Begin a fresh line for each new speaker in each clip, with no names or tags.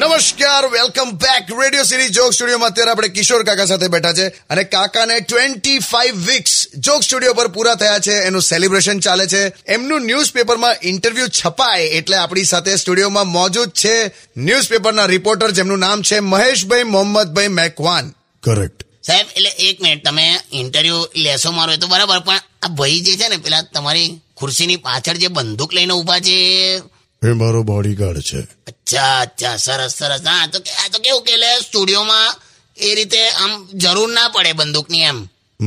નમસ્કાર welcome back radio city joke સ્ટુડિયોમાં અત્યારે આપણે કિશોર કાકા સાથે બેઠા છે અને કાકાને twenty five weeks joke studio પર પૂરા થયા છે એનું સેલિબ્રેશન ચાલે છે એમનું ન્યૂઝપેપરમાં ઇન્ટરવ્યુ છપાય એટલે આપણી સાથે સ્ટુડિયોમાં મોજૂદ છે ન્યૂઝપેપરના રિપોર્ટર જેમનું નામ છે મહેશભાઈ મોહમ્મદભાઈ મેકવાન
કરેક્ટ
સાહેબ એટલે એક મિનિટ તમે ઇન્ટરવ્યુ લેશો મારો એ તો બરાબર પણ આ ભાઈ જે છે ને પેલા તમારી ખુરશીની પાછળ જે બંદૂક લઈને ઊભા છે
એ મારો બોડીગાર્ડ છે
અચ્છા અચ્છા સરસ સરસ હા તો કે- આ તો કેવું કે એટલે સ્ટુડિયોમાં એ રીતે આમ જરૂર ના પડે બંદૂકની એમ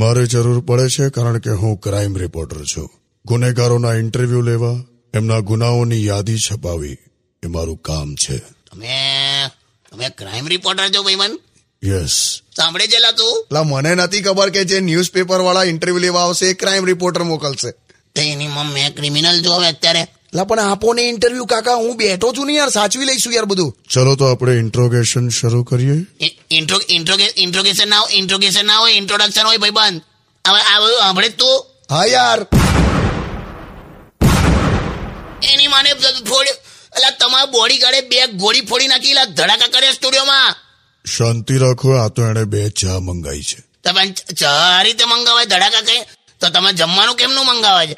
મારે જરૂર પડે છે કારણ કે હું ક્રાઇમ રિપોર્ટર છું ગુનેગારોના ઇન્ટરવ્યૂ લેવા એમના ગુનાઓની યાદી છપાવી એ મારું કામ છે
તમે તમે ક્રાઇમ રિપોર્ટર છો ભાઈ મન
યસ
સાંભળે જેલા તું
એટલે મને નથી ખબર કે જે ન્યૂઝપેપર વાળા ઇન્ટરવ્યુ લેવા આવશે એ ક્રાઇમ રિપોર્ટર મોકલશે
તે એની મમ મેં ક્રિમિનલ જો હવે અત્યારે
લા પણ આપો ને ઇન્ટરવ્યુ કાકા હું બેઠો છું ને યાર સાચવી લઈશું યાર બધું
ચલો તો આપણે ઇન્ટ્રોગેશન શરૂ કરીએ
ઇ- ઇન્ટ્રો ઇન્ટ્રોગે- ઇન્ટ્રોગેશન ના હોય ઇન્ટ્રોગેશન ના હોય ઇન્ટ્રોડક્શન હોય ભાઈ બંધ હવે આ બધું સાંભળે જ તું
હા યાર
એની માને ફોડી અલા તમારા બોડી ગાર્ડે બે ગોળી ફોડી નાખી લા ધડાકા કર્યા સ્ટુડિયોમાં
શાંતિ રાખો આ તો એણે બે ચા મંગાઈ છે
તમે ચ- ચા રીતે મંગાવાય ધડાકા કઈ તો તમે જમવાનું કેમનું મંગાવે છે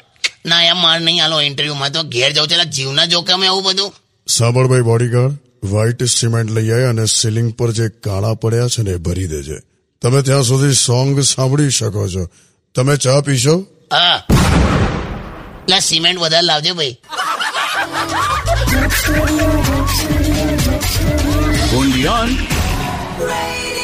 ના યાર મારે નહીં હાલો ઇન્ટરવ્યુમાં તો ઘેર જવું છે લા, જીવના જોખમે આવું બધું
સાંભળ ભાઈ બોડીગાર્ડ વ્હાઇટ સિમેન્ટ લઈ આય અને સીલિંગ પર જે કાણા પડ્યા છે ને એ ભરી દેજે તમે ત્યાં સુધી સોંગ સાંભળી શકો છો તમે ચા પીશો
હા લા સિમેન્ટ વધારે લાવજે ભાઈ
Undian.
Radio